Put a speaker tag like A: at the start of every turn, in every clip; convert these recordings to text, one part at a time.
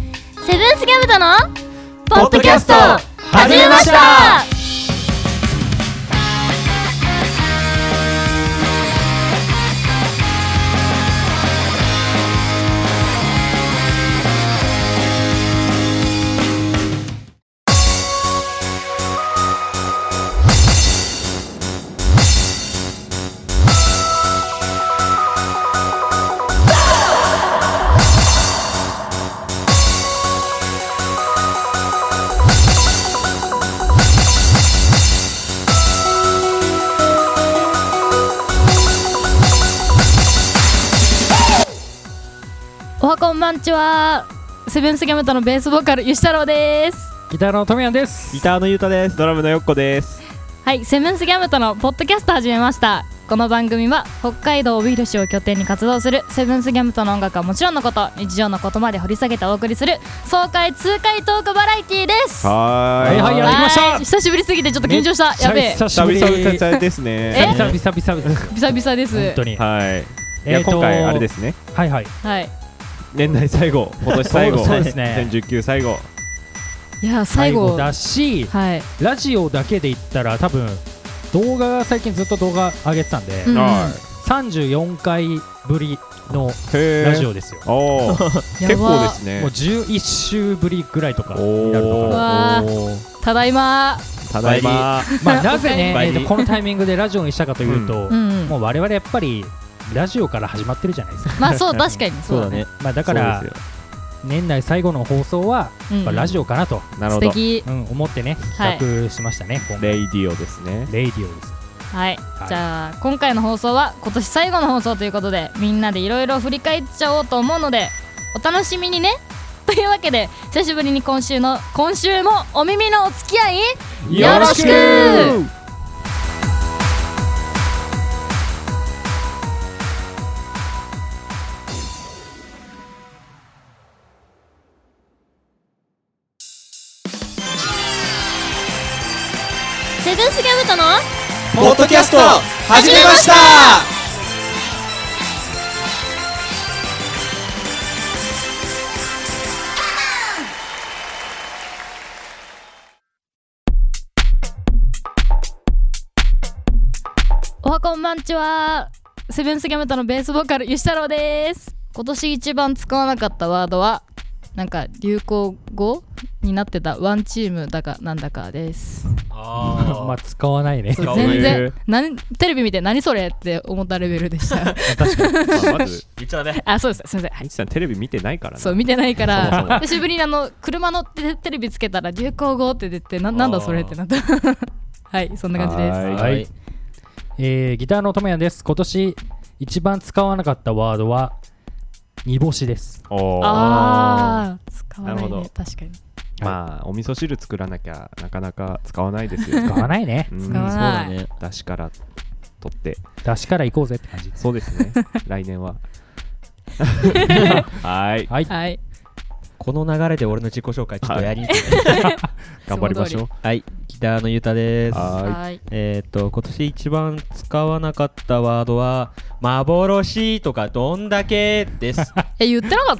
A: ルースギャムとの
B: ポッドキャスト始めました
A: おはこんばんちはセブンスギャムとのベースボーカルゆしたろうです
C: ギターのトミヤンです
B: ギターのゆうたですドラムのよっこです
A: はいセブンスギャムとのポッドキャスト始めましたこの番組は北海道帯広市を拠点に活動するセブンスギャムとの音楽はもちろんのこと日常のことまで掘り下げてお送りする爽快痛快トークバラエティーです
B: は
C: はいはいやってきました
A: はい久しぶりすぎてちょっと緊張したやべ
C: めっ
A: え
C: ちゃ久し
B: 久
C: ぶり久
B: 々ですね
C: 々久々久々
A: 久々です
C: 本当には
B: はいい
C: え
B: や
C: ーと
B: 今回あれですね
C: いはい
A: はい
B: 年内最後今年最後
C: そうですね
B: 2019最後
A: いや最後
C: だし
A: はい
C: ラジオだけで言ったら多分動画が最近ずっと動画上げてたんで
A: うん
C: 34回ぶりの
B: いへ
C: ラジオですよ
B: おー
A: やば
B: 結構ですね
C: もう11週ぶりぐらいとかになるの
A: う
C: かな
A: わー
B: おー
A: ただいま
B: ただいま
C: まあなぜね
B: おかえ
C: え
B: り
C: ーとこのタイミングでラジオにしたかというと
A: うんうん
C: もう我々やっぱりラジオから始まってるじゃないですか
A: まあそう確かにそうだね
C: まあだから
B: そうですよ
C: 年内最後の放送はやっぱラジオかなと
B: なる
A: 素
B: ほど
A: 敵
C: うん思ってね
A: はい
C: 企画しましたね今回
B: レイディオですね
C: レイディオです
A: はい、
C: はい
A: じゃあ今回の放送は今年最後の放送ということでみんなでいろいろ振り返っちゃおうと思うのでお楽しみにねというわけで久しぶりに今週の今週もお耳のお付き合いよろしくセブンスギャムとの
D: ポッドキャスト始めました
A: おはこんばんちはセブンスギャムとのベースボーカルゆしたろうです今年一番使わなかったワードはなんか流行語になってたワンチームだかなんだかです
C: まあ使わないね
A: そう
B: うい
A: 全
B: う
A: 然なんテレビ見て何それって思ったレベルでした
B: まあまず
D: 言っちゃうね
A: あそうですすみませんはい
B: みちさんテレビ見てないからな
A: そう見てないか
B: そもそも
A: ら久しぶりにあの車のテテレビつけたら流行語って出てななんだそれってなった はいそんな感じです
B: は
C: はい、 えーギターのともやんです今年一番使わなかったワードは煮干しです
B: おー
A: ああ使わな
B: ないるほど
A: ね確かに
B: まあお味噌汁作らなきゃなかなか使わないですよ
C: 使わないね
B: うん
A: 使わない、
D: ね
B: 出汁から取って
C: 出しから行こうぜって感じ
B: そうですね来年ははい
C: はい、
A: はい
D: この流れで俺の自己紹介ちょっとやりにくい
B: 頑張りましょう
D: はいギターのゆうたです
B: は
A: はい
D: えっと今年一番使わなかったワードは幻とかどんだけです
A: え言ってなかっ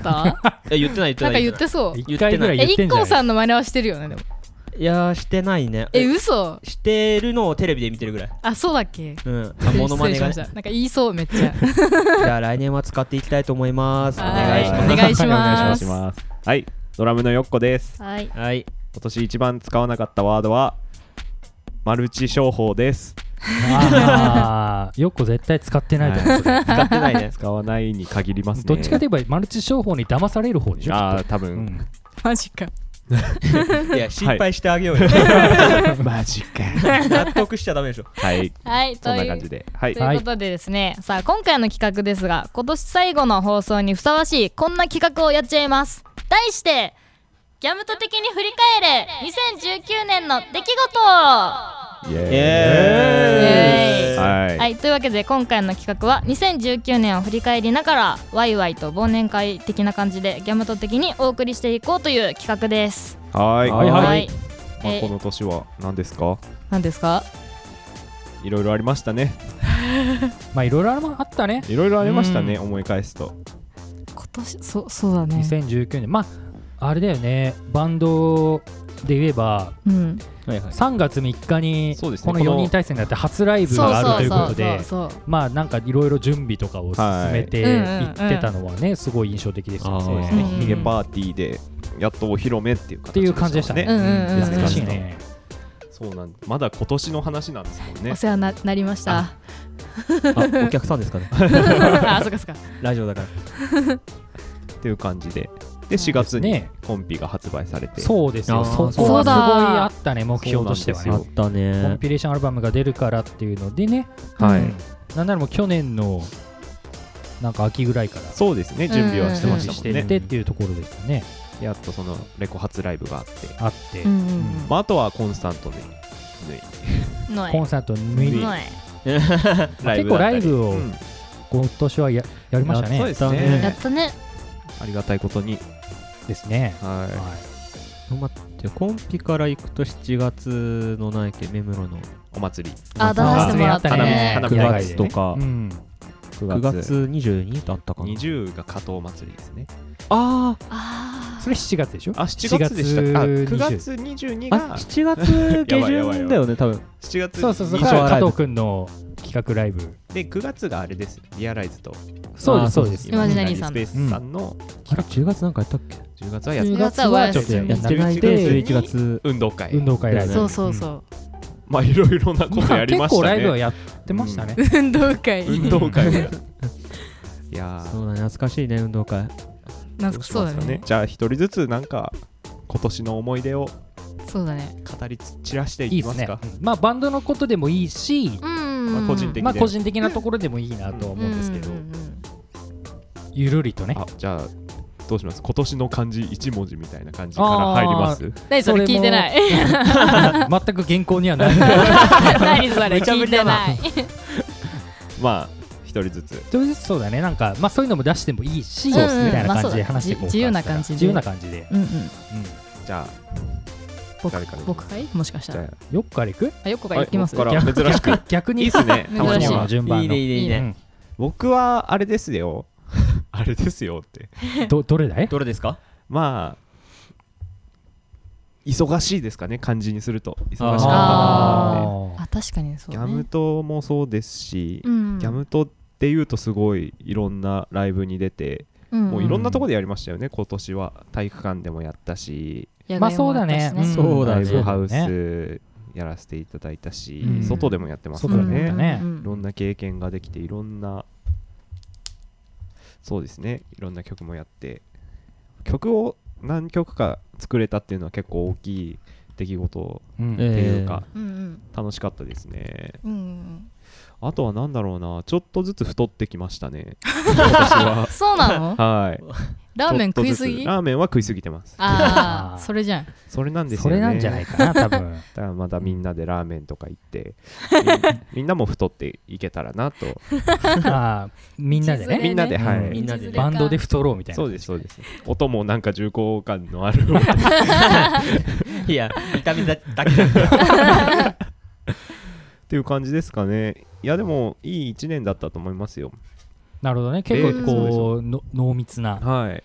A: た
D: え言ってない言って
A: な
D: ない
A: んか言ってそう
C: 一回ぐらい
A: え
C: 言ってん
A: 一
C: じゃ
A: 光
C: ない
A: さんの真似はしてるよねでも
D: いやーしてないね
A: え嘘
D: してるのをテレビで見てるぐらい
A: あそうだっけ
D: うん
A: 失礼
D: モノマネ
A: し
D: が
A: ま
D: ね
A: し
D: じ
A: たなんか言いそうめっちゃ
D: ゃあ来年は使っていきたいと思いますお願いし
A: は
D: ま
A: お願いし
B: お願
A: ま
B: い
A: す
B: しますはいドラムのよっこです
A: はい
D: すはい
B: 今年一番使わなかったワードはマルチ商法です
C: あーよっこ絶対使ってないと思う、
B: はい使ってない ね使わないに限りますね
C: どっちかといえばマルチ商法に騙される方でしょ
B: あ
C: き
B: あ
C: っ
B: 多
C: とう
B: 分、
C: ん
A: マジか
D: いや心配してあげよう よ
B: マジか
D: 納得しちゃダメでしょ
B: はい
A: はいと
B: そん
A: い
B: な
A: う
B: 感じではい
A: ということでですね、さあ今回の企画ですが今年最後の放送にふさわしいこんな企画をやっちゃいます題してギャムト的に振り返れ2019年の出来事は
B: イエー
A: エ
B: イ
A: ーイイエーイ
B: はい、
A: い、というわけで今回の企画は2019年を振り返りながらワイワイと忘年会的な感じでギャムト的にお送りしていこうという企画です
B: はい
C: はいはい
B: まあ
A: えー
B: この年は何ですか
A: 何ですか
B: いろいろありましたね
C: まあいろいろあったね
B: いろいろありましたね思い返すと
A: 今年そうそうだね
C: 2019年まああれだよねバンドで言えば
A: うん、
D: はいはい
C: 3月3日に
B: そうですね
C: この4人対戦だって初ライブ
A: そう
C: があるというこ
A: そうそう
C: とで
A: そう
C: まあなんかいろいろ準備とかを進めて
A: はい
C: いってたのはねすごい印象的ですよ
D: そうです
A: ね
C: ね。
B: 逃げパーティーでやっとお披露目っていう形
C: っていう感じでしたね。
A: うんうんうん
C: 懐かしいね。
B: そうなんまだ今年の話なんですもんね
A: お世話にななりました。
D: あお客さんですか ね
A: あ、そっかそっか。
D: ラジオだから
B: っていう感じでで4月に
C: ね
B: コンピが発売されて
C: そうですよ。
D: あ
C: そこ
D: ー
C: はすごい
A: そうだ
C: あったね目標としては
B: そうな
C: ね
D: あ
B: ん。
D: った
C: コ
D: ね
C: ンピレーションアルバムが出るからっていうのでね。
B: はい
A: うん
C: なんならもう去年のなんか秋ぐらいから
B: そうですね準備はしてましたもん
C: 出
B: ね
D: うん
C: てっていうところですね。
B: やっとそのレコ初ライブがあって
C: あって
A: う。んうんうん。
B: まあ、あとはコンスタントで、ね、
A: の
C: コ
A: え
C: ンサート抜い
A: のえ
B: ライブ
C: 結構ライブを
B: うん
C: 今年はややりました
B: そう
C: ね
B: で。す
D: や
A: や
D: った
B: ね
A: ったね。
B: ありがたいことに
C: ですね。
B: は
C: はい
D: 待ってコンピから行くと7月のないけ目黒の
B: いお祭り
A: あ、出させてもらった
B: 花火
A: ね
B: 花。火
D: 9
C: 野外で
D: 月とか
C: うん。
B: 9
D: 9
B: 月
D: 月22だったかな
B: 20が加藤祭りですね
D: あ
A: あ
C: それ7月でしょ
B: あ7月でしたっけあ
C: 7
B: 9
C: 月
B: 月22
D: ーあ
B: が
D: 7月下
B: やばいやばいやば
D: 旬
B: い
D: だよね多分
B: 7月
C: そうそうそう、
B: 20
C: だから
D: ライ
C: 加
D: ブ
C: 藤君の企画ライブ。
B: で9月があれですリアライズと
C: そうです、
D: あー
C: そうです。
A: イマジナリーさん
B: イマジナリースペースさんの
D: あれ10月なんかやったっけ
B: 10月はやっ
C: 10
A: 10
C: 月
A: 月
C: は
A: は
C: ちょっと
A: や
C: や
A: ら
C: ら
D: や
A: な
D: ら
C: な
D: ないい
C: で
D: で、
B: 11
D: 11月
B: 運動会
C: 運動会ライ
A: あ、
C: ブ。
A: そうそうそう。
B: まあいろいろなこと
C: ま
B: や
C: あ
B: りま
C: 結
B: し
C: 構
B: た
C: ライブは
B: ね
C: やってましたね。
A: 運動会。
B: 運動 会をやるいやー
D: そうだね懐かしいね運動会
A: なんか
B: どうし
A: そう
B: ま
A: だ
B: すかね
A: ね。
B: じゃあ一人ずつなんか今年の思い出を
A: そうだね。
B: 語りつ散らして
C: い
B: いき
C: いで
B: ますす
C: ね
B: か。
C: まあバンドのことでもいいし、
A: うん。
B: まあ個人的
C: まあ個人的なところでもいいなとは思うんですけど
A: う、んうんうん
C: ゆるりとね。
B: あじゃあどうします今年の漢字一文字みたいな感じから入ります
A: 何それ聞いて ない。
C: 全く原稿にはない。
A: 何それ
C: めちゃ
A: 聞
C: ぶ
A: い
C: りだ
A: て
C: な
A: ない。
B: まあ一人ずつ
C: とりあえずそうだね、なんか、まあそういうのも出してもいいし、み
A: そうですね
C: たいな
A: まあそうだ
C: 感じで
A: ね
C: 話していこうか
A: じ自由な感じで
C: 自由な感じで。
A: うんうん。
C: う
B: じゃあ
A: 僕
B: 誰から
A: 僕かいもしかした
B: じ
A: ら
B: ゃ。
C: んよくから行く
A: あ、よっこ
B: あ
A: がいきます。
B: はい僕から珍 しく
C: 逆逆に
B: いいっすね
A: たまには珍しい
C: いつもの順番の。
D: いいねいいねいいね
B: 僕はあれですよ あれですよって
C: うんどどれだい
D: どれですか
B: まあ忙しいですかね漢字にすると忙しかったなーって
C: あー
A: あ、確かにそう
B: ギ
A: ね。
B: ャム島もそうですし、
A: うん。
B: ギャム島っていうとすごいいろんなライブに出て、
A: うん。
B: もういろんなとこでやりましたよね今年は体育館でもやったし
A: 野
C: まあ
A: 外
C: そ
A: も
C: う
A: や
C: だ
A: ったし
C: ね。ん
D: そうだ
B: ラ
D: ね
B: イブハウ
C: そうだ
B: ス
C: ね
B: やらせていただいたし、
C: うん
B: 外でもやってます
C: そ
B: か
C: う
B: ら
C: だ
B: ね、
C: ね
A: うんうん
B: いろんな経験ができていろんなそうですねいろんな曲もやって曲を何曲か作れたっていうのは結構大きい出来事
C: うん
B: って
D: え
B: いうか、
A: うんうん
B: 楽しかったですね
A: うんうん
B: あとは何だろうなちょっとずつ太ってきましたね
A: うん。そう なの
B: はい
A: ラーメン
B: ちょ
A: 食
B: っと
A: い
B: ずつ
A: すぎ
B: ラーメンは食いすぎて ます
A: あ
C: あー
A: あ、それじゃん。
B: それなんですよね
C: それなんじゃないかな、多分。
B: だからまたみんなでラーメンとか行って、みんなも太っていけたらなと
C: ああ、みんなで
A: 道連れ
B: み
C: ね。
B: んなではい、
C: うんみ
D: んなでね
C: バンドで
A: 道
C: 太ろうみたいな。
B: そうですそうです音もなんか重厚感のある
D: いや見た目だだけだ
B: っていう感じですかねいやでもいい1年だったと思いますよ
C: なるほどね。結構
A: で
C: こう、の濃密な。
B: はい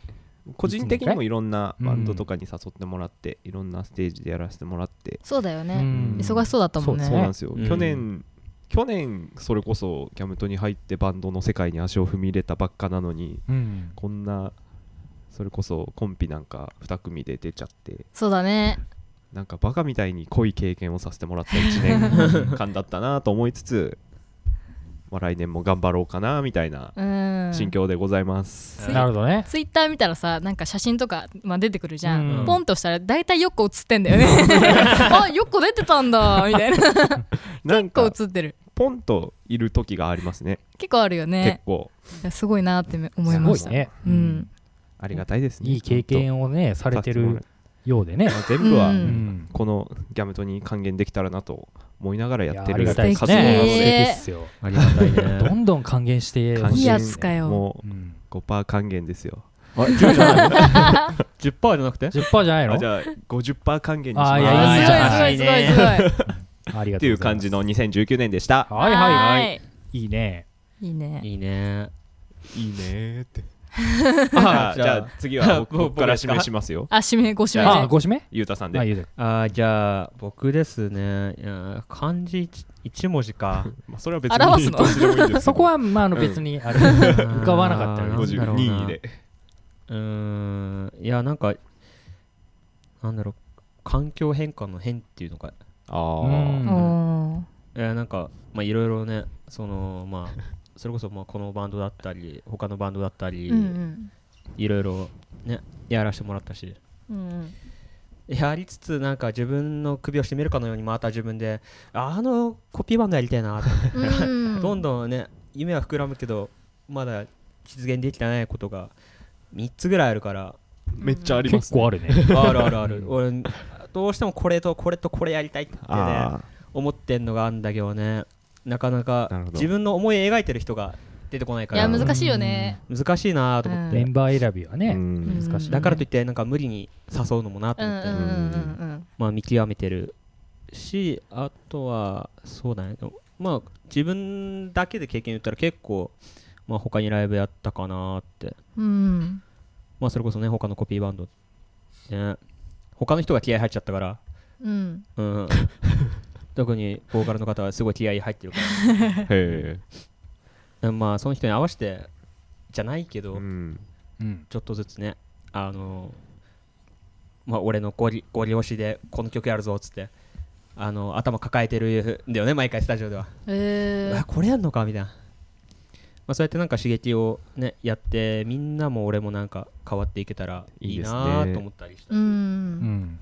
B: 個人的にもいろんな
C: うん
B: バンドとかに誘ってもらって、いろんなステージでやらせてもらって、
A: そうだよ
C: う
A: ね。
C: ん
A: 忙しそうだったもん
C: そ
A: ね。
B: そうなんですよ、
D: うん
B: 去年去年それこそギャムトに入ってバンドの世界に足を踏み入れたばっかなのに
C: うん。
B: こんなそれこそコンピなんか2組で出ちゃって
A: そうだね。
B: なんかバカみたいに濃い経験をさせてもらった1年間だったなと思いつつ、まあ、来年も頑張ろうかなみたいな
A: うん。
B: 心境でございます。
A: うん
C: なるほどね。
A: ツイッター見たらさなんか写真とか、まあ、出てくるじゃん、
C: うん
A: ポンとしたら大体よっこ写ってんだよね あよっこ出てたんだみたいなよっ
B: なん
A: こ
B: か
A: 写ってる
B: ポンといる時がありますね
A: 結構あるよ
B: 結
A: ね
B: 構
A: いやすごいなってめ思い
C: す
A: ま
C: ご
A: し
C: い
A: た
C: ね。
A: うん、
B: ありがたいですね。
C: いい経験をね、さ
B: さ
C: れ
B: せ
C: て
B: てもら
C: る
B: う
C: ようでね。
B: まあ全部は、
A: うん
C: うん。
B: このギャムトに還元できたらなと思いながら
C: い
B: やって
C: あり
B: る
C: がたいです
B: 活動なの
C: ね。素
B: で、
C: 敵っすよ。
D: ありがたい
C: ど
D: ね
C: んどん還元してほ
B: 還
C: し
A: い
C: い。
A: いやつかよ
B: も
C: うん
B: う5%還元ですよ。
D: あ10じゃないの 10%じゃなくて
C: 10%じゃないの
B: あじゃあ50%還元にし
C: あ
B: ま
C: ー
B: す
C: い
A: あ
C: やいいじゃん
A: すごいすごいすごいすごい
C: ありが
B: っ
C: と
B: て
C: う
B: い
C: ご
B: う
C: ざいま
B: 感
C: す
B: じの2019年でした。
C: はいはい
A: は
C: はいい。いいね。
A: いいね
D: いいね
B: いいねーって。あー
D: じ
B: じ
D: ゃ
B: ゃ
D: あ
B: あ次は僕
D: 僕
B: 僕から
D: 僕です
B: 指
D: か
B: 名しますよ。
A: あ指名ご指
C: あ
A: 名で
C: ご指名
B: ゆうたさん
C: あ
B: で。
C: ゆうで
D: あーじゃあ僕ですねいやー漢字一一文字 か
B: まあ、それは別
A: 表す
B: に
A: の
B: どっちでもいいんですけど
C: そこはまああの別にあれ、 浮かばなかったよね
D: あーなんだろうな
B: 52位で。
D: うーんいやなんかなんだろう環境変化の変っていうのか
B: あ
C: うん
A: お
B: あ。
D: いやなんかまあいろいろねそのまあそれこそまあこのバンドだったり他のバンドだった
A: ー
D: り、
A: うん
D: いろいろねやらせてもらったし
A: うんうん
D: やりつつなんか自分の首を絞めるかのようにまた自分でああのコピーバンドやりたいなと
A: うん
D: どんどんね夢は膨らむけどまだ実現できてないことが3つぐらいあるから
B: めっちゃあります、
C: 結構あるね
D: あるあるある俺どうしてもこれとこれとこれやりたいってね
B: あ
D: 思ってんのがあるんだけどねなか
B: な
D: な
B: る
D: か
B: ほど
D: 自分の思い描いてる人が出てこない
A: い
D: か
A: や
D: ら
A: 難しいよね
D: 難しいなと思っ
C: メ
D: て
C: ンバー選びは
B: あ。
C: ね、
B: うん
C: 難しい
D: だからといってなんか無理に誘うのもなと
A: うんう
D: 思
A: ん
D: っ
A: う
D: て
A: んうん
D: まあ見極めてるしあとはそうだねでもまあ自分だけで経験言ったら結構まあ他にライブやったかなって
A: うんうん
D: まあそれこそね他のコピーバンドね他の人が気合入っちゃったから
A: うん
D: うん特にボーカルの方はすごい気合入ってるか
B: へえ。
D: らうんまあその人に合わせてじゃないけど、
B: うん。
C: うん
D: ちょっとずつねあのまあ俺のゴリゴリ押しでこの曲やるぞっつってあの頭抱えてるんだよね毎回スタジオでは
A: え
D: うわ
A: ー
D: これやんのかみたいな、まあ、そうやってなんか刺激をねやってみんなも俺もなんか変わっていけたらいいない
B: いですね
D: と思ったりした
A: う
C: うんん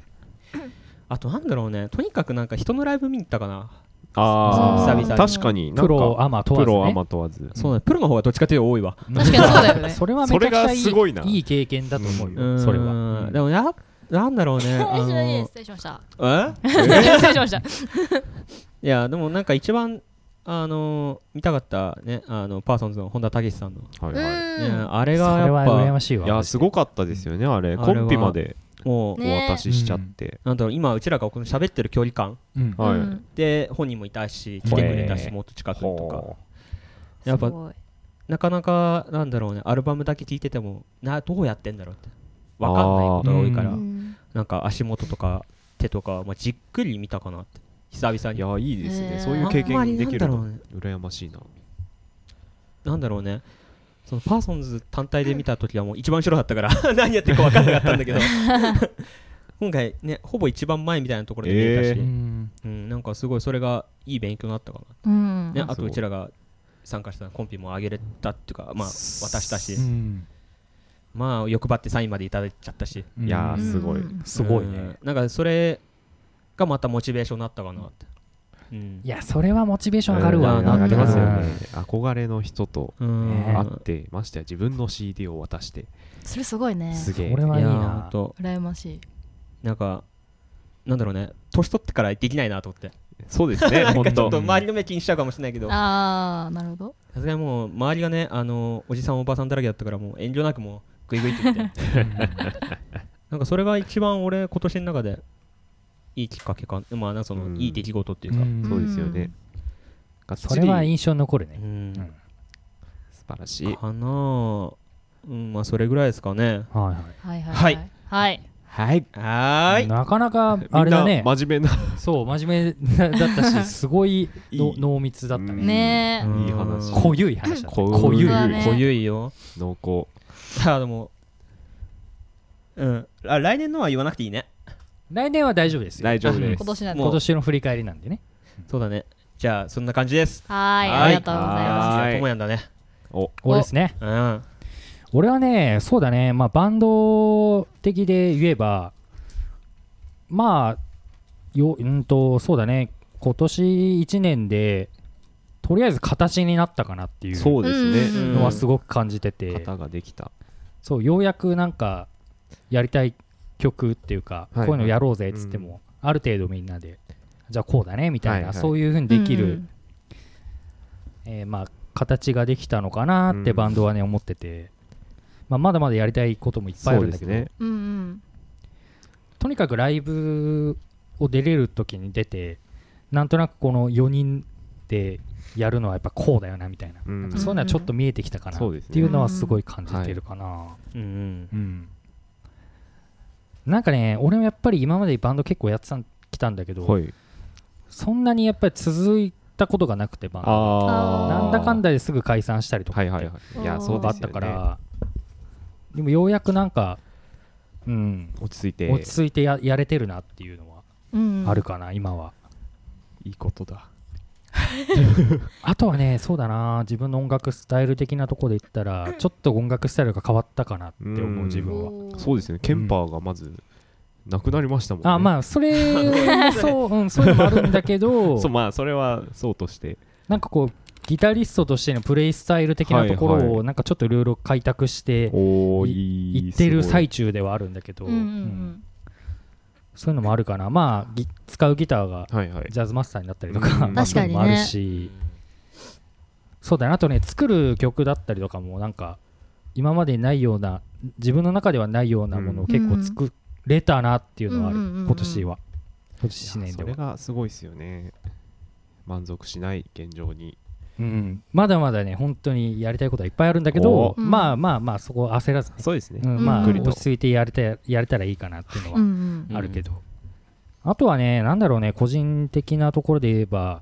D: あとなんだろうねとにかくなんか人のライブ見に行ったかな、
B: あ
A: そう
B: あ
A: 久々。に
B: 確かになんか。
C: プロアマ問わず、ね、
B: プロアマ問わず。
D: そうだねプロの方がどっちかというと多いわ
A: 確かにそうだよね
C: それはめちゃくちゃいい
B: それがすごいない
C: い経験だと思うよ、
D: うん
C: それは、うん
D: でもななんだろう ねあ
A: 失礼
D: の
A: 失礼しました
D: え
A: 失礼しました
D: いやでもなんか一番あの見たかったねあのパーソンズの本田武史さんの、
B: はいは
D: ね
A: う
D: あれ
C: それ
D: がや
C: は
D: っ
C: 羨ま
D: ぱ
C: しい
B: い。
C: わ
B: いやすごかったですよねあれ
D: あれは
B: コンピまで
D: もう
B: お
A: ね
B: 渡ししちゃって。
D: なんだろう今うちらがこの喋ってる距離感
C: うん
A: ん
B: はい
A: うん
D: で本人もいたし来てくれたしもっと近くにとか
B: ほ
D: やっぱ
A: すごい
D: なかなかなんだろうねアルバムだけ聴いててもなどうやってんだろうって分かんないことが多いか
A: う
D: ら
A: ん
D: なんか足元とか手とか、まあ、じっくり見たかなって久々
B: ういや
D: に
B: いいです
A: へ
B: ね
A: ー
B: そういう経験できる
D: あんま
B: の
D: りなんだ
B: 羨ましいな。
D: なんだろうねそのパーソンズ単体で見た時はもう一番後ろだったから 何やってるか分かんなかったんだけど今回ねほぼ一番前みたいなところで見えたし、
B: え
C: うん
D: うん、なんかすごいそれがいい勉強になったか
A: うん
D: な、ね、
B: ん
D: あとうちらが参加したコンピもあげれたっていうかまあ渡したし、
C: うん
D: まあ欲張ってサインまでいただいちゃったし
C: うん
B: いやーすごい
A: うん
C: すごいね、
D: うんなんかそれがまたモチベーションになったかなって。うん
C: いやそれはモチベーション上がるわ、
D: うん
B: なってますよ
D: な
B: ね。憧れの人と
D: うん
C: ね
B: 会ってましてや自分の CD を渡して
A: それすごいね
B: すげえ
C: こ。れ
D: いや
C: はいい
D: ほん
C: な
D: と
A: 羨ましい
D: なんかなんだろうね年取ってからできないなと思って
B: そうですね本
D: ちょっ
B: 当
D: と。周りの目気にしちゃうかもしれないけどさ
A: ああなるほど
D: すがにもう周りがねあのおじさんおばさんだらけだったからもう遠慮なくもうグイグイって言ってなんかそれが一番俺今年の中でいいきっかけかまあなんかその、
B: うん
D: いい出来事っていう
C: う
D: か、
C: ん
B: そうですよね。がっつ
C: そ
B: り
C: れは印象に残る
D: う
C: ね、
D: ん
C: うん
B: 素晴らしい。
D: かなあうんまあそれぐらいですかね
C: はいは
A: はいはいはいはい
B: はい。
D: はー
C: い、
D: い
C: なかなか
B: み
C: あ
B: ん
C: れ
B: な
C: だね
B: 真面目な
C: そう真面目だったしすごい
B: い
C: の
B: い
C: 濃密だったね
A: ね
D: うん
A: え
B: いい話。
C: 濃ゆい話だった
B: 濃
C: 濃
B: ゆい
C: ゆい
A: そうだね
D: 濃ゆいよ
B: 濃厚。
D: さあでもうんあ来年のは言わなくていいね
C: 来年は大丈夫ですよ
B: 大丈夫で
A: 今
B: す。
A: 年なんで
D: もう
C: 今年の振り返りなんでね
D: そうだねじゃあそんな感じです
A: はいありがとうございます
B: はい
D: あーともやんだね
B: お、
C: 俺ですね
D: うん
C: 俺はねそうだねまあバンド的で言えばまあようんとそうだね今年1年でとりあえず形になったかなっていう
B: そうです
A: うん
B: ね。
C: のはすごく感じてて、
B: 型ができた。
C: そうようやくなんかやりたい曲っていうか、
B: はい
C: こういうのやろうぜっつっても、ある程度みんなでじゃあこうだねみたいな、
B: はいはい
C: そういうふうにできる、
A: うんうん
C: えーまあ形ができたのかなって
B: うん
C: バンドはね思ってて、まあ、まだまだやりたいこともいっぱいあ
B: そう
C: る
B: で
C: んだ
B: す
C: けど、
B: ね。
A: うんうん
C: とにかくライブを出れる時に出てなんとなくこの4人でやるのはやっぱこうだよなみたいな,、
B: うん
C: そういうのはちょっと見えてきたかな
B: そうです
C: っ
B: ね
C: ていうのはすごい感じてるかな、
D: うんうん
C: うんなんかね俺もやっぱり今までバンド結構やってたんきたんだけど、
B: はい
C: そんなにやっぱり続いたことがなくてバンド
B: あー
C: なんだかんだですぐ解散したりとか
B: は
C: っ
B: い
C: て
B: はい
C: やっ
B: はいいや
A: あー
B: そうで
C: ぱあ
B: す
C: っ
B: よ
C: た
B: ね
C: からでもようやくなんかうん
B: 落ち着いて
C: 落ち着いてややれてるなっていうのは
A: うん
C: あるかな今はい
B: いことだ
C: あとはねそうだな自分の音楽スタイル的なとこで言ったらちょっと音楽スタイルが変わったかなって思
B: うん
C: う自分は
A: おー
B: そうですねケンパーがまずなくなりましたもんね
C: あまあそれもそう、うん、そういうのもあるんだけ ど
B: そうまあそれはそうとして
C: なんかこうギタリストとしてのプレイスタイル的なとこ
B: はい
C: ろ
B: は
C: をなんかちょっといろいろ開拓して
B: お
C: ー
B: い
C: いってる最
B: 中
C: 中ではあるんだけど、
A: うんうん
C: うんそういうのもあるかなまあぎ使うギターが
B: はいはい
C: ジャズマスターになったりとか、
B: うん
C: まあそういうのもある
D: うん
C: しそうだなあとね作る曲だったりとかもなんか今までにないような自分の中ではないようなものを結構作れたなっていうのはある、
A: うんうんうんうん
C: 今年は今年1
B: いや
C: 年
B: そ
C: で
B: れ
C: は、
B: がすごいですよね満足しない現状に
C: うん、まだまだね本当にやりたいことはいっぱいあるんだけど
B: お
A: ー
C: まあまあまあそこは焦らず、
B: そうですね
C: うん
A: うん
C: まあ
A: ゆっくり
C: 落
B: と
C: ち着いてやれたやれたらいいかなっていうのは
A: うんうん
C: あるけど、あとはねなんだろうね個人的なところで言えば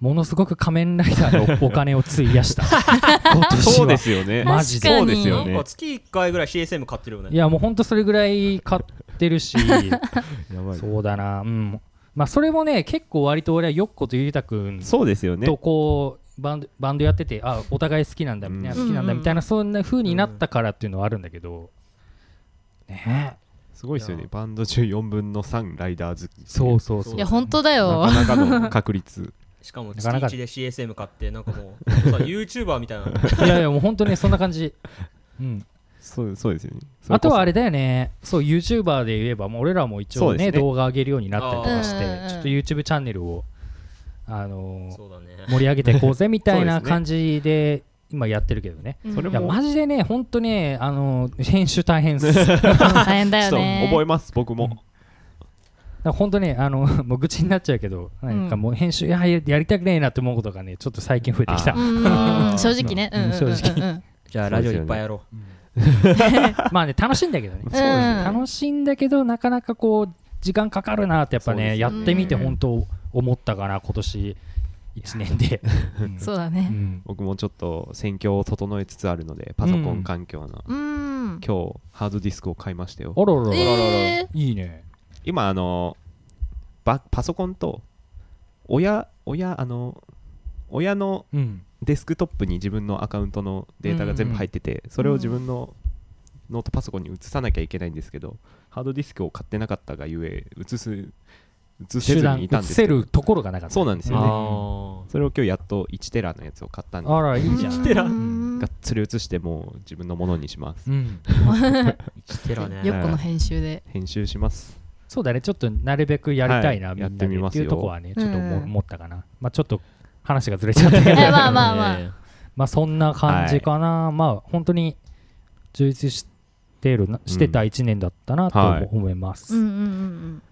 C: ものすごく仮面ライダーのお金を費やした今年は
B: そうですよ ね
C: マジで
A: 確かに
B: そうですよ
D: なん
B: ね
D: か月1回ぐらい CSM 買ってるよ
C: い
D: ね
C: やもうほんとそれぐらい買ってるし
B: やばい
C: そうだなうんまあそれもね結構割と俺はよっことゆりたくん
B: そうですよね
C: とこうバンドバンドやっててあお互い好きなんだみたいな
B: うん
C: 好きなんだみたいなそんな風になったからっていうのはあるんだけどね
B: すごいですよ
D: い
B: ね
D: や
B: バンド14分の3ライダー好き
C: そうそうそう
A: いや本当だよ
B: なかなかの確率
D: しかも
C: な
D: 月
C: かなか
D: 1で CSM 買ってなんかもうさ YouTuber みたいない
C: やいやもう本当ねそんな感じうん
B: そうそうですよね
C: あとはあ
B: れ
C: れだよね、そう、YouTuber で言えば、もう俺らも一
B: そう
C: 応
B: です
C: ね、
B: ね
C: 動画上げるようになったりとかし
A: あーうんうんうん
C: て、ちょっと YouTube チャンネルを、あのー
D: そうだね
C: 盛り上げていこうぜみたい
B: そう
C: な
B: ですね
C: 感じで、今やってるけどね。
B: それ
C: いや、
B: も
C: マジでね、ほんとね、あのー編集大変 っす。だか
A: 大変だよ
B: そう
A: ね
B: 覚えます僕も
C: らほんとね、あの、もう愚痴になっちゃうけど、なんかもう編集、いや、ややりたくねえなって思うことがね、ちょっと最近増えてきた
A: う。んうんうん正直ね
C: うん
A: うんうんうんうん
C: 正
D: じゃあラジオいっぱいやろう
C: まあね、楽しいんだけどね。
A: うん
C: 楽しいんだけどなかなかこう時間かかるなってやっ
B: そ
C: ぱ
B: うで
C: ね
B: すね
C: やってみて本当思ったかな今年1年で、うん
A: そうだ
C: う
A: ね
C: ん
B: 僕もちょっと戦況を整えつつあるのでパソコ
C: う
B: ン
C: ん
B: 環境の
A: うん
B: 今日ハードディスクを買いましたよ
C: あららら、
A: え
C: いいね
B: 今あのばパソコンと親親あの親の
C: うん
B: デスクトップに自分のアカウントのデータが全部入ってて、それを自分のノートパソコンに移さなきゃいけないんですけど、ハードディスクを買ってなかったがゆえ移す移せ
C: 手
B: ず
C: 段
B: にいたん
C: 移
B: です
C: せ
B: けど
C: るところがなかった
B: そうなんですよね
D: あ
B: それを今日やっと1テラのやつを買ったんで
C: あらいいじゃん、
D: テラ
A: うん
B: がっつり移してもう自分のものにします
C: うん、
D: あテラね
A: よっこの編集で
B: 編集します
C: そうだねちょっとなるべくやりたいな、
B: はい
C: みんなで
B: やってみますよ
C: っていうとこはねちょっと思,、
A: うん
C: 思ったかなまあちょっと話がずれちゃったけ
A: え
C: ど
A: まあまあまあ
C: まあそんな感じかな、まあ本当に充実してるなしてた1年だったなと思,、
B: はい
C: 思います、
A: うんうんうん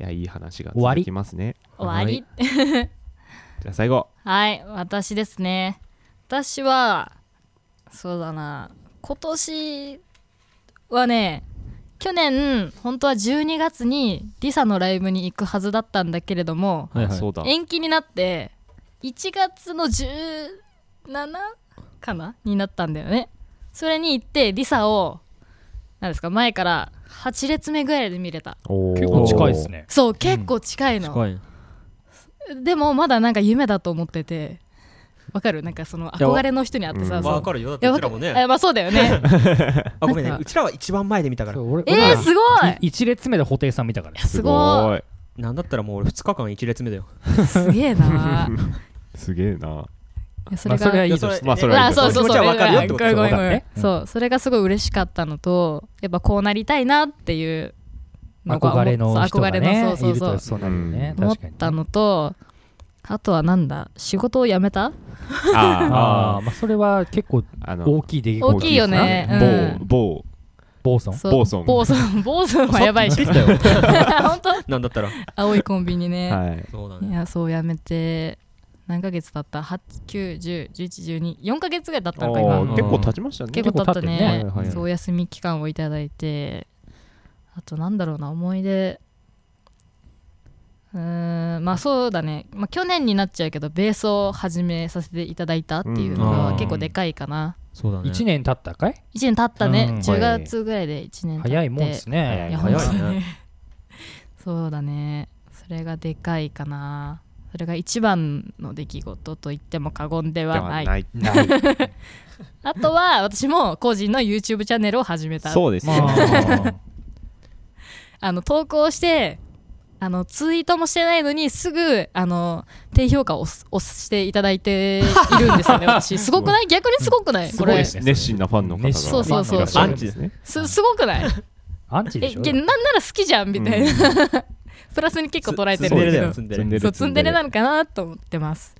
B: いやいい話が
C: 終わ
B: 続
C: り
B: きますね
A: 終わり
B: じゃあ最後
A: はい私ですね私はそうだな今年はね去年本当は12月にリサのライブに行くはずだったんだけれども
D: はいはい
B: そうだ
A: 延期になって1月の17かなになったんだよねそれに行ってリサを何ですか前から8列目ぐらいで見れた
B: 結
C: 結構近いですね
A: そう結構近いの、
D: 近い
A: でもまだなんか夢だと思っててわかるなんかその憧れの人に会って
B: い
A: さ
B: や
A: そう
D: わかるよだっ
A: い
D: て
A: や
D: う
A: わ
D: ちら
A: か
D: も
A: る
D: ね
A: えまあそうだ よね
D: あごめんね
A: なんか
D: うちらは一番前で見たから
C: そう俺
A: え
C: 俺
A: ー
C: ら
A: すごい
C: い一列目で布袋さん見たからね
A: すご
B: い
D: なんだったらもう俺2日間1列目だよ
A: いすげえない
B: すげえな
A: やそれが、
C: いい
D: や
C: と
D: そ
C: して
B: まあそれはいい
A: あ
B: けど
A: そうそう
D: 気持
A: そう
D: ちはわかるよってこ
A: ご
D: と
A: めんごめんご
C: そう
A: めん
C: だね
A: そうそれがすごい嬉しかったのとやっぱこうなりたいなっていうのが
C: 憧れの人が
A: そう憧れ
C: ね
A: のそう
C: いる
A: そう
C: と
A: そう
C: そうなるよね
A: 思っ
C: 確かに
A: たのとあとはなんだ仕事を辞めた
C: あ
B: あ
C: あまあそれは結構
B: ーあの
C: 大きい出来
A: 大
C: 事
A: きいよね
C: ですな
A: うん
B: 某某
C: ボーソン
A: そう
B: ボーソン
A: ボーソンボーソンはやばいでしょ
D: さっき言ってたよ
A: 本当
D: なんだったら
A: 青いコンビニね、
B: はい
D: そうだ
A: い
D: ね
A: やそうやめて何ヶ月経った891011124ヶ月ぐらい経ったのか
B: あ
A: 今
B: あ
C: うん
B: 結構経ちましたね
A: 結構経ったね
C: 結構経ってる
B: ねはいはい
A: そうお休み期間をいただいてあとなんだろうな思い出うーんまあそうだね、まあ、去年になっちゃうけどベースを始めさせていただいたっていうの
D: うん
A: が結構でかいかな、
D: そうだね
C: 1年経ったかい
A: 1年経ったね、
C: うん
A: 10月ぐらいで1年経って
C: 早いもんですね
A: いや
B: 早い
A: 本当に
D: 早いね
A: そうだねそれがでかいかなそれが一番の出来事と言っても過言ではない
B: ない
A: あとは私も個人の YouTube チャンネルを始めた
B: そうです
C: ま
B: ね
C: あ
A: あの投稿してあのツイートもしてないのにすぐあの低評価を押す押していただいているんですよね私すごくない逆にすごくない
C: す
A: こ
C: ごい
A: れ
C: です
A: す
C: ね
B: 熱心なファンの方が
C: 熱
A: な
C: 心
A: ファンそうそうそう
B: いらっしゃるんですね
A: すごくない
C: アンチで
A: え
C: しょ
A: げなんなら好きじゃんみたいな、 プラスに結構捉えてるん
D: ツ
A: だ
D: ンデレ
A: けど
D: だよツンデレ
B: ツンデレ
A: そうツンデレなのかなと思ってます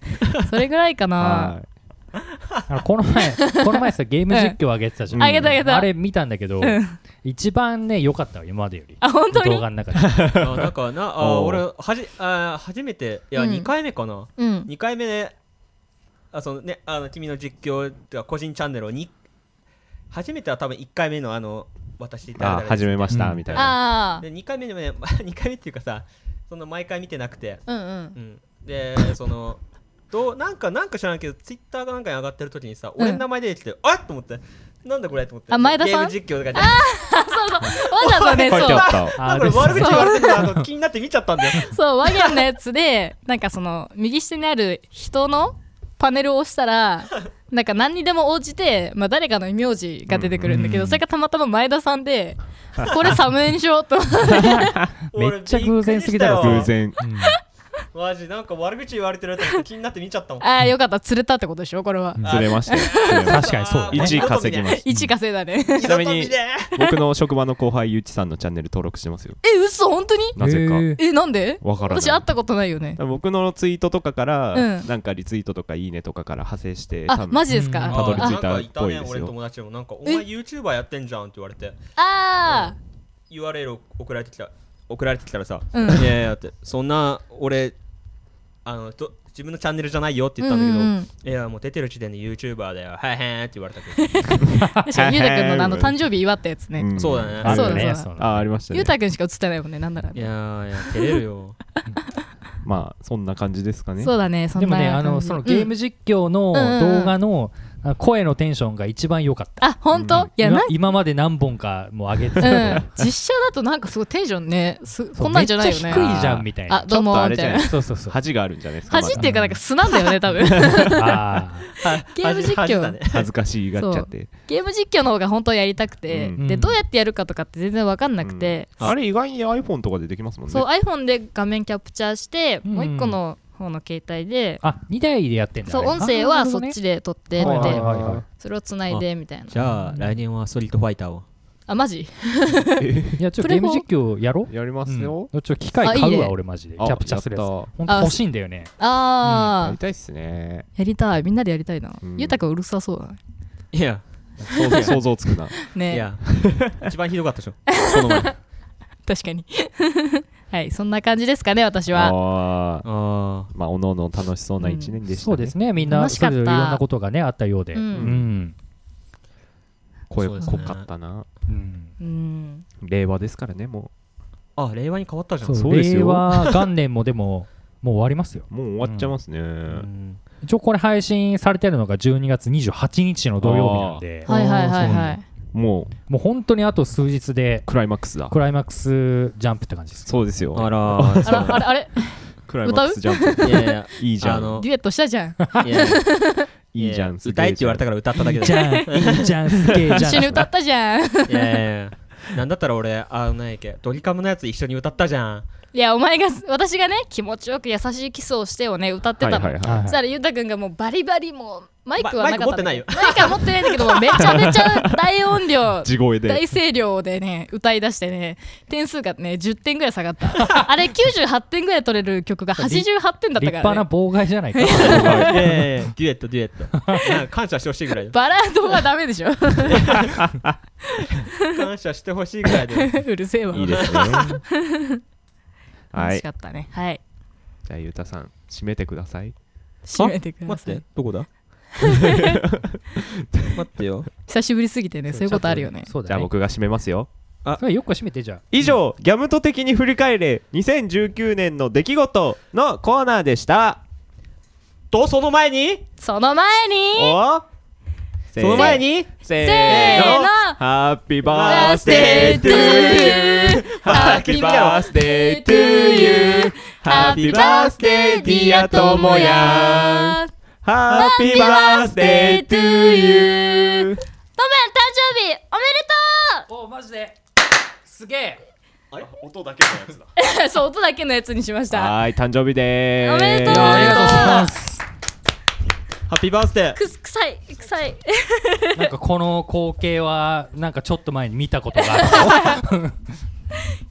A: それぐらいかな
B: は
C: あのこの 前この前さゲーム実況上げてたじゃん、
B: うん上げた
A: 上げた
C: あれ見たんだけど、一番ね良かったわ今までより
A: あ本当に
C: 動画 の中で
D: あなんかなあ
B: おう
D: 俺はじあ初めていや
A: うん
D: 2回目かな、
A: うん
D: 2回目であそのねあの君の実況っていうか個人チャンネルをに初めては多分1回目のあの私
B: いあ始めました
C: うん
B: みたいな
A: ああ
D: で2回目でもね 2回目っていうかさその毎回見てなくて、
A: うんうん
D: うん、でそのどうなんかなんか知らないけどツイッターかなんかに上がってる時にさ俺の名前出てきて、あっと思ってなんだこれと思って
A: あ前田さん
D: ゲーム実況とかで
A: あそうそうわざわざね
B: 書いてあ
A: そ
B: った
C: あ
D: なんかこれ悪口
C: で
D: 言われてるなと気になって見ちゃったんだよ
A: うそうワゲンのやつでなんかその右下にある人のパネルを押したらなんか何にでも応じて、まあ、誰かの名字が出てくるんだけど、
C: うん
A: それがたまたま前田さんでこれサムエにしようと思 って
C: めっちゃ偶然すぎだろ
D: 俺びっ
B: 偶
D: くりしたよ
B: 然
D: マジなんか悪口言われてると思って気になって見ちゃったもん
A: ああよかった釣れたってことでしょこれは
C: うん
B: 釣れましたよ釣れまし
C: 確かにそうだね
B: 1位稼ぎまし
A: 一稼いだね
D: た
B: ちなみに
D: 二度と見ねえ
B: た僕の職場の後輩ゆうちさんのチャンネル登録してますよ
A: え嘘本当に
B: なぜか
C: へー
A: えなんで
B: わからない
A: 私会ったことないよね
B: 僕のツイートとかから、
A: うん
B: なんかリツイートとかいいねとかから派生して多
A: あ
B: 分
A: マジですか、
C: うん
D: あ
B: たどり着いた
D: なんかいた
B: っぽいで
D: ね
B: すよ
D: 俺の友達もなんかお
A: え
D: 前 YouTuber やってんじゃんって言われて
A: ああ
D: URL 送られてきた送られてきたらさ「
A: うん
D: いやいや」ってそんな俺あのど自分のチャンネルじゃないよって言ったんだけど、
A: うんうん
D: いやもう出てる時点で YouTuber だよはいはいって言われた けど
A: 確かにゆうたくんのあの誕生日祝ったやつね、
B: ん
D: そうだね
C: ある
A: そうだ
C: ね
A: そうだ
C: その
B: あありました
A: ゆ
B: ね
A: うたくんしか映ってないもんねなんなら
D: い
A: ね
D: やーいや照れるよ
B: まあそんな感じですかね
A: そうだねそん
C: で
A: な
C: もねあ
A: 感じ
C: のそのゲーム実況の
A: うん
C: 動画のあ声のテンションが一番良かった
A: あ本当、いや
C: 今
A: なん
C: 今まで何本かもう上げてたけど、
A: うん、実写だとなんかすごいテンションねす
C: そう
A: こんなんじゃないよ
C: め
A: ね
C: っちゃ低いじゃんみたい
A: あ
C: な
A: どうも
B: ちょっとあ
A: み
B: れじ
A: た
B: ゃ
A: い
B: ない
A: な
C: そうそうそう
B: 恥があるんじゃないですか
A: 恥っていうかなんか素なんだよね多分
C: あ
A: ゲーム実
D: 恥
A: 況、
D: だね
B: 恥ずかしがっちゃって
A: ゲーム実況の方が本当はやりたくて、
B: うん
A: でどうやってやるかとかって全然わかんなくて、
B: あれ意外に iPhone とかでできますもんね
A: そう iPhone で画面キャプチャーして、
C: うん
A: もう一個の方の携帯で、
C: ーあ2台でやってんだ
A: そう
C: あれ
A: 音声
C: あ
A: は
C: ー
A: そっちで撮ってみたいな
C: はいはいはいは
A: それをつないでみたいな
D: じゃあ来年はストリートファイターを
A: あマジ
C: いやち
A: プ
C: ょっと
A: レ
C: ゲー
A: フォ
C: ム実況やろう
B: やりますよ、
C: うんちょっと機械
A: あいい
C: 買う
A: ね
C: わ俺マジでキ
B: あ
C: ャプチャーするやつ
B: やっ
C: 本当欲しいんだよね
A: あ
B: た
A: あ、
B: やりたいっすね
A: やりたいみんなでやりたいな、
B: うん
A: ゆうたくんうるさそうだね
D: いや
B: 想像想像つくな
A: ね
D: いや 一番ひど かったでしょこの前あ
A: 確かに はいそんな感じですかね私は
B: あー
D: あ
B: まあおのおの楽しそうな一年でした、
C: そう
B: ね
C: ですねみんな
A: 楽し
C: そ
A: かっ
C: れ
A: た
C: ぞれいろんなことがねあったようで
A: う
C: うんん
B: 声
D: そうですね
B: 濃かったな、
C: うん
A: うん
B: 令和ですからねも
D: あ令和に変わったじゃ
B: そ
D: ん
C: そうう
B: ですよ
C: 令和元年もでももう終わりますよ
B: うもう終わっちゃいますね、
D: うん
C: 一応これ配信されてるのが12月28日の土曜日なんで
A: はいはいはいはい
B: もう
C: もう本当にあと数日で
B: クライマックスだ
C: クライマックスジャンプって感じです
B: そうですよ
D: あらー
A: あらあれあれ
B: クライマックスジャンプ
D: いやい や
B: いいじゃ
D: あ
B: ん
D: の
A: デュエットしたじゃん
D: いやいや
B: いいじゃんすげえ
D: 歌えって言われたから歌っただけ
C: じ
D: だよ
C: ゃんいいじゃんすげえじゃん
A: 一緒に歌ったじゃん
D: いやいやいやなんだったら俺あのなんやっけドリカムのやつ一緒に歌ったじゃん
A: いやお前が私がね気持ちよく優しいキスをしてをね歌ってたの、
B: はいはい
C: は
B: はい
A: そしたらゆうたくんがもうバリバリもうマイクは
D: マ
A: な
D: マ
A: か
D: イク
A: っ
D: 持ったて
A: んだ
D: な
A: け
D: い
A: ど
D: よ
A: マイクは持ってないんだけどもめちゃめちゃ大音量
B: い地声で
A: 大声量でね歌い出してね点数がね10点ぐらい下がったあれ98点ぐらい取れる曲が88点だっ
C: 立
A: たか
C: 派
A: ら、
C: な
A: ね、
C: 妨害じゃな いか
D: いやいやいやデュエットデュエットなんか感謝してほしいぐらいだよ
A: バラードはダメでしょ
D: 感謝してほしい ぐらいで
A: うるせえわ
B: いいですねはい
A: 楽しかったねはい
B: じゃあゆうたさん締めてください
E: 閉めてくだ
D: 待
E: さ
D: って
E: い。
D: どこだ 待ってよ
E: 久しぶりすぎてね、そういうことあるよね。
C: そう
B: じ
C: だ
B: ゃあ
C: ね
B: 僕が締めますよ
C: それよく締めてじゃあ
B: 以上ギャムト的に振り返れ2019年の出来事のコーナーでした
D: とその前に
A: その前に
B: おそ
D: その前に
B: せ
A: せ
B: ー
A: ー
B: の
A: の
B: ハッピーバ
A: バ
B: ー
A: ー
B: ス
A: スデ
B: デー
A: ー
B: ト
A: ト
B: ゥ
A: ゥーユ
B: ーユ
A: ー
B: ーハッピーバースデートゥーユーハッピーバースデーディアともやんハッピーバースデートゥーユー
A: トメン誕生日おめでと
C: おマジですげえ
B: 音だけのやつだ
A: う そう音だけのやつにしました
B: はーい誕生日でーす
A: おめでとう
C: ありがとうござい
A: あ
C: ます
D: ハッピーバースデー
A: くす臭い臭い
C: なんかこの光景はなんかちょっと前に見たことがあ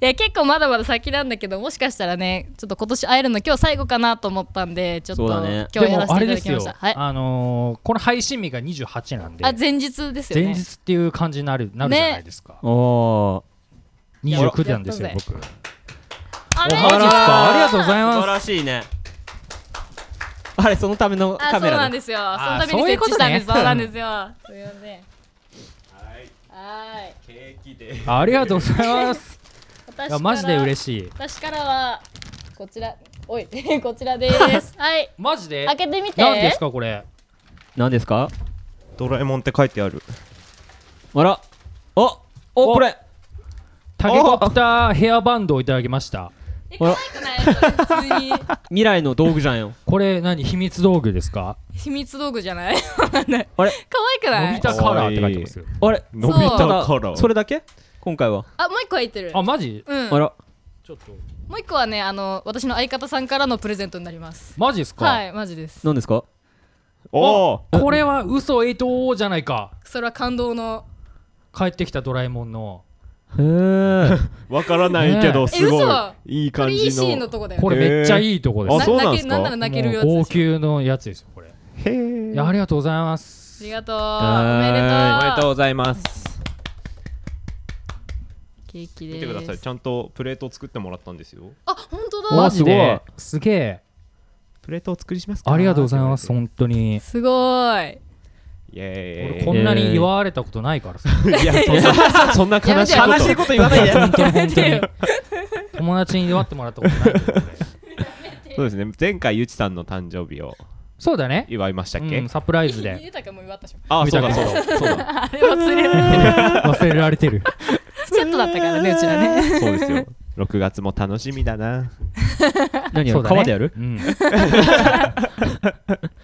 A: いや結構まだまだ先なんだけどもしかしたらねちょっと今年会えるの今日最後かなと思ったんでちょっ
D: そう
A: と、
D: だね
C: る
A: 今日やら
C: でも
A: せ
C: あ
A: て
C: れ
A: いただ
C: です
A: きま
C: よ
A: したはいあ
C: あのーこの配信日が28なんで
A: 前日ですよね
C: 前日っていう感じになるなるじゃないですか
D: おー
C: 29なんですよ
A: やっ
C: 僕お
A: あ
C: マジ
A: れ
C: っすかありがとうござい
D: 素晴
C: ま
D: らしいねあれそのための
A: あ
D: カ
A: そう
D: メ
A: な
D: ラ
A: ん
D: だ
A: ですよその
C: あ
A: ために
C: そういう
A: 設
C: こ
A: 置
C: と
A: したん
C: ね
A: です そうなんですよすいませんはい
B: ケーキです
C: ありがとうございます
A: 私
C: い
A: か
C: や
A: ら
C: マジで
A: しい
C: 嬉しい
A: 私からはこちらおい こちら ですはい
C: マジで
A: 開けてみて
C: 何ですかこれ
D: 何ですか
B: ドラえもんって書いてある
D: あらおお
C: お
D: これ
C: タケコプターヘアバンドをいただきました
A: え可愛くないこれ普通
D: 未来の道具じゃんよ
C: これ何秘密道具ですか
A: に秘密道具じゃない
D: あれ
A: 可愛く
C: 伸
A: な
C: び
A: い
C: たカラーって書いてますよ
D: あれ
B: 伸び
A: び
B: た
A: た
B: か
A: から
B: ら
D: それだけ今回は
A: あもう一個入ってる
C: あマジ
A: うん
D: あら
C: ちょっと
A: もう一個はねあの私の相方さんからのプレゼントになります
C: マジですか、
A: はいマジです
D: 何ですか
B: おお
C: これは嘘エイトじゃないか
A: それは感動の
C: 帰ってきたドラえもんの
D: へえ
B: わからないけど
A: ねえ
B: すごい
A: 嘘
B: いい感
A: 鳥
B: じ
A: 居シーン
B: の
A: のとこだよ
C: これ
A: ね
C: めっちゃいいとこです、
B: あ
A: な
B: そうなん
A: 泣
B: すか
A: けなんなら泣けるやつ
C: もう
A: で
C: 号
A: しょ
C: 泣のやつですよこれい
B: へえ
C: やありがとうございま
A: あ
C: す
A: りがとう
D: ー
A: おめでとう
B: おめでとうございます
A: ケーキです
B: 見てくださいちゃんとプレートを作ってもらったんですよ
A: あ本当だ
C: マ
D: マ
C: ジ
D: ジ
C: で
D: です
C: げえ
B: プレートを作りしますか
C: ありがとうございます
B: イ
C: 本当に
A: すごい
B: エーイ
C: 俺こんなに祝われたことないからさ
B: いやそんなそんな悲しい
A: やめ
B: こ
A: て
D: 悲しいこと言わないで
C: 本当に本当
A: やめ
C: に友達に祝ってもらったことないけどね
B: とそうですね前回ゆちさんの誕生日を
C: そうだね
B: 祝いましたっけ、
C: うんサプライズ
A: ゆ
C: で
A: うたかも言わったでしょ
B: ああそうだ
C: 見
B: そ
C: た
B: うだそうだ
A: あれ忘れる
C: 忘れられてる
A: セットだったからねうちらね
B: そうですよ6月も楽しみだな
D: 何や
C: そ
D: る
C: うだね
D: 川 でやる
C: うん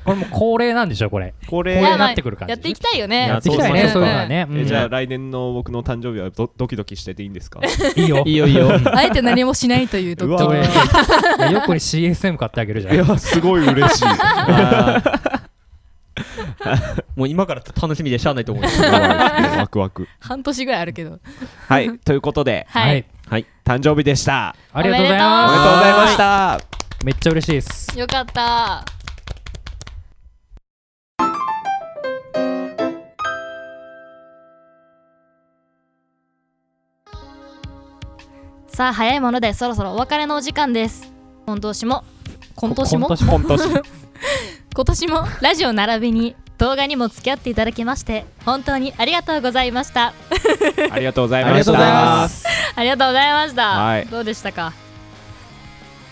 C: これもう恒例なんでしょこれ
B: これ
A: い
C: えー
A: やまあ
C: なってくる感じ
A: やっていきたいよね
B: や
C: や
B: っ
C: ってて
B: い
C: い
B: き
C: き
B: た
C: た
B: い
C: い
B: ね
C: ね
A: そ
C: そうう
A: い
C: いう
A: の
C: うの
A: は
C: は
A: ね
C: ね
B: えじゃあ来年の僕の誕生日はドドキドキしてていいんですか
C: いいよ
D: いいよいいよ
A: あえて何もしないというドッキ
B: うわ
A: リ
C: 俺よくこれ CSM 買ってあげるじゃん
B: いやすごい嬉し い
D: あー もう今から楽しみでしゃあないと思うよ
B: ワクワク
A: 半年ぐらいあるけど
B: はい ということで
A: はい、
D: はい
B: 誕生日でした
C: ありがとうございま
B: お
C: す
B: めでとうございました
C: めっちゃ嬉しいです
A: よかったさあ早いものでそろそろお別れのお時間です今年も今年も
C: 今年も
B: 今 年
A: 今年もラジオ並びに動画にも付き合っていただきまして本当にありがとうございました
B: ありがとうござい
C: あ
B: ま
C: りが
B: し
C: とうござい
B: た
C: ます
A: ありがとうございました、
B: はい
A: どうでしたか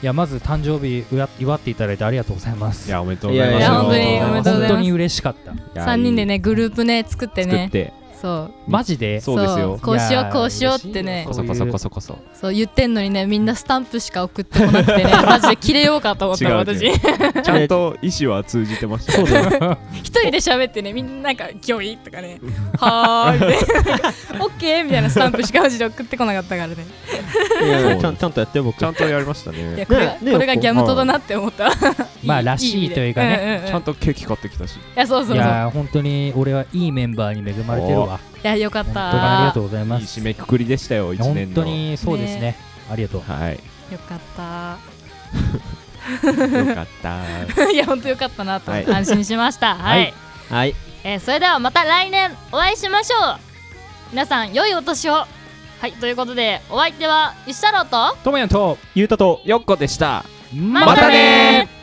C: いやまず誕生日うや祝っていただいてありがとうございます
B: いやおめでとうございます
D: いやいや本当に
A: おめでとうございます
C: 本当に嬉しかった
A: 3人でねグループね作って
B: 作っ
A: ね
B: て
A: そう
C: マジで
B: そうですよ
A: こうしよ
C: いや
A: う
C: ー
A: こうしようってね
B: こそこそこそこそ
A: そう言ってんのにねみんなスタンプしか送ってこなく てねマジで切れようかと思った
B: 違う
A: 私
B: 違
A: 一
B: ちゃんと意思は通じてましたそう
A: 人で喋ってねみんななんか「ギョイ」とかね「はーい」 みたいな「オッケー」みたいなスタンプしかマジで送ってこなかったからね
D: いやいや
B: そう
D: ちゃんちゃんとやってよ僕
B: ちゃんとやりました
A: い
B: ね
A: やこれ
D: ね
A: が
D: ね
A: これがギャムトだなって思った
C: まあら
A: 意
C: し
A: 味
C: い
A: で
C: というかね
A: うんうんうん
B: ちゃんとケーキ買ってきたし
A: いやそうそうそ
C: いう
A: いや
C: やー本当に俺はいいメンバーに恵まれてるわ
A: よかっ
C: 本当に
A: た
C: ありがとうござい
B: いい
C: ます
B: 締めくくりでしたよ一年
C: 本
B: の
C: 当にそうですね
A: ね
C: ありがとう
B: はい
A: よかった
B: よかった
A: いや本当よかったな と、
B: はい
A: 安心しましたはい、
C: はい
D: はい
A: えーそれではまた来年お会いしましょう皆さん良いお年をはいということでお相手は石太郎と
C: ともやんと
D: ゆうたと
B: よっこでした
A: またねー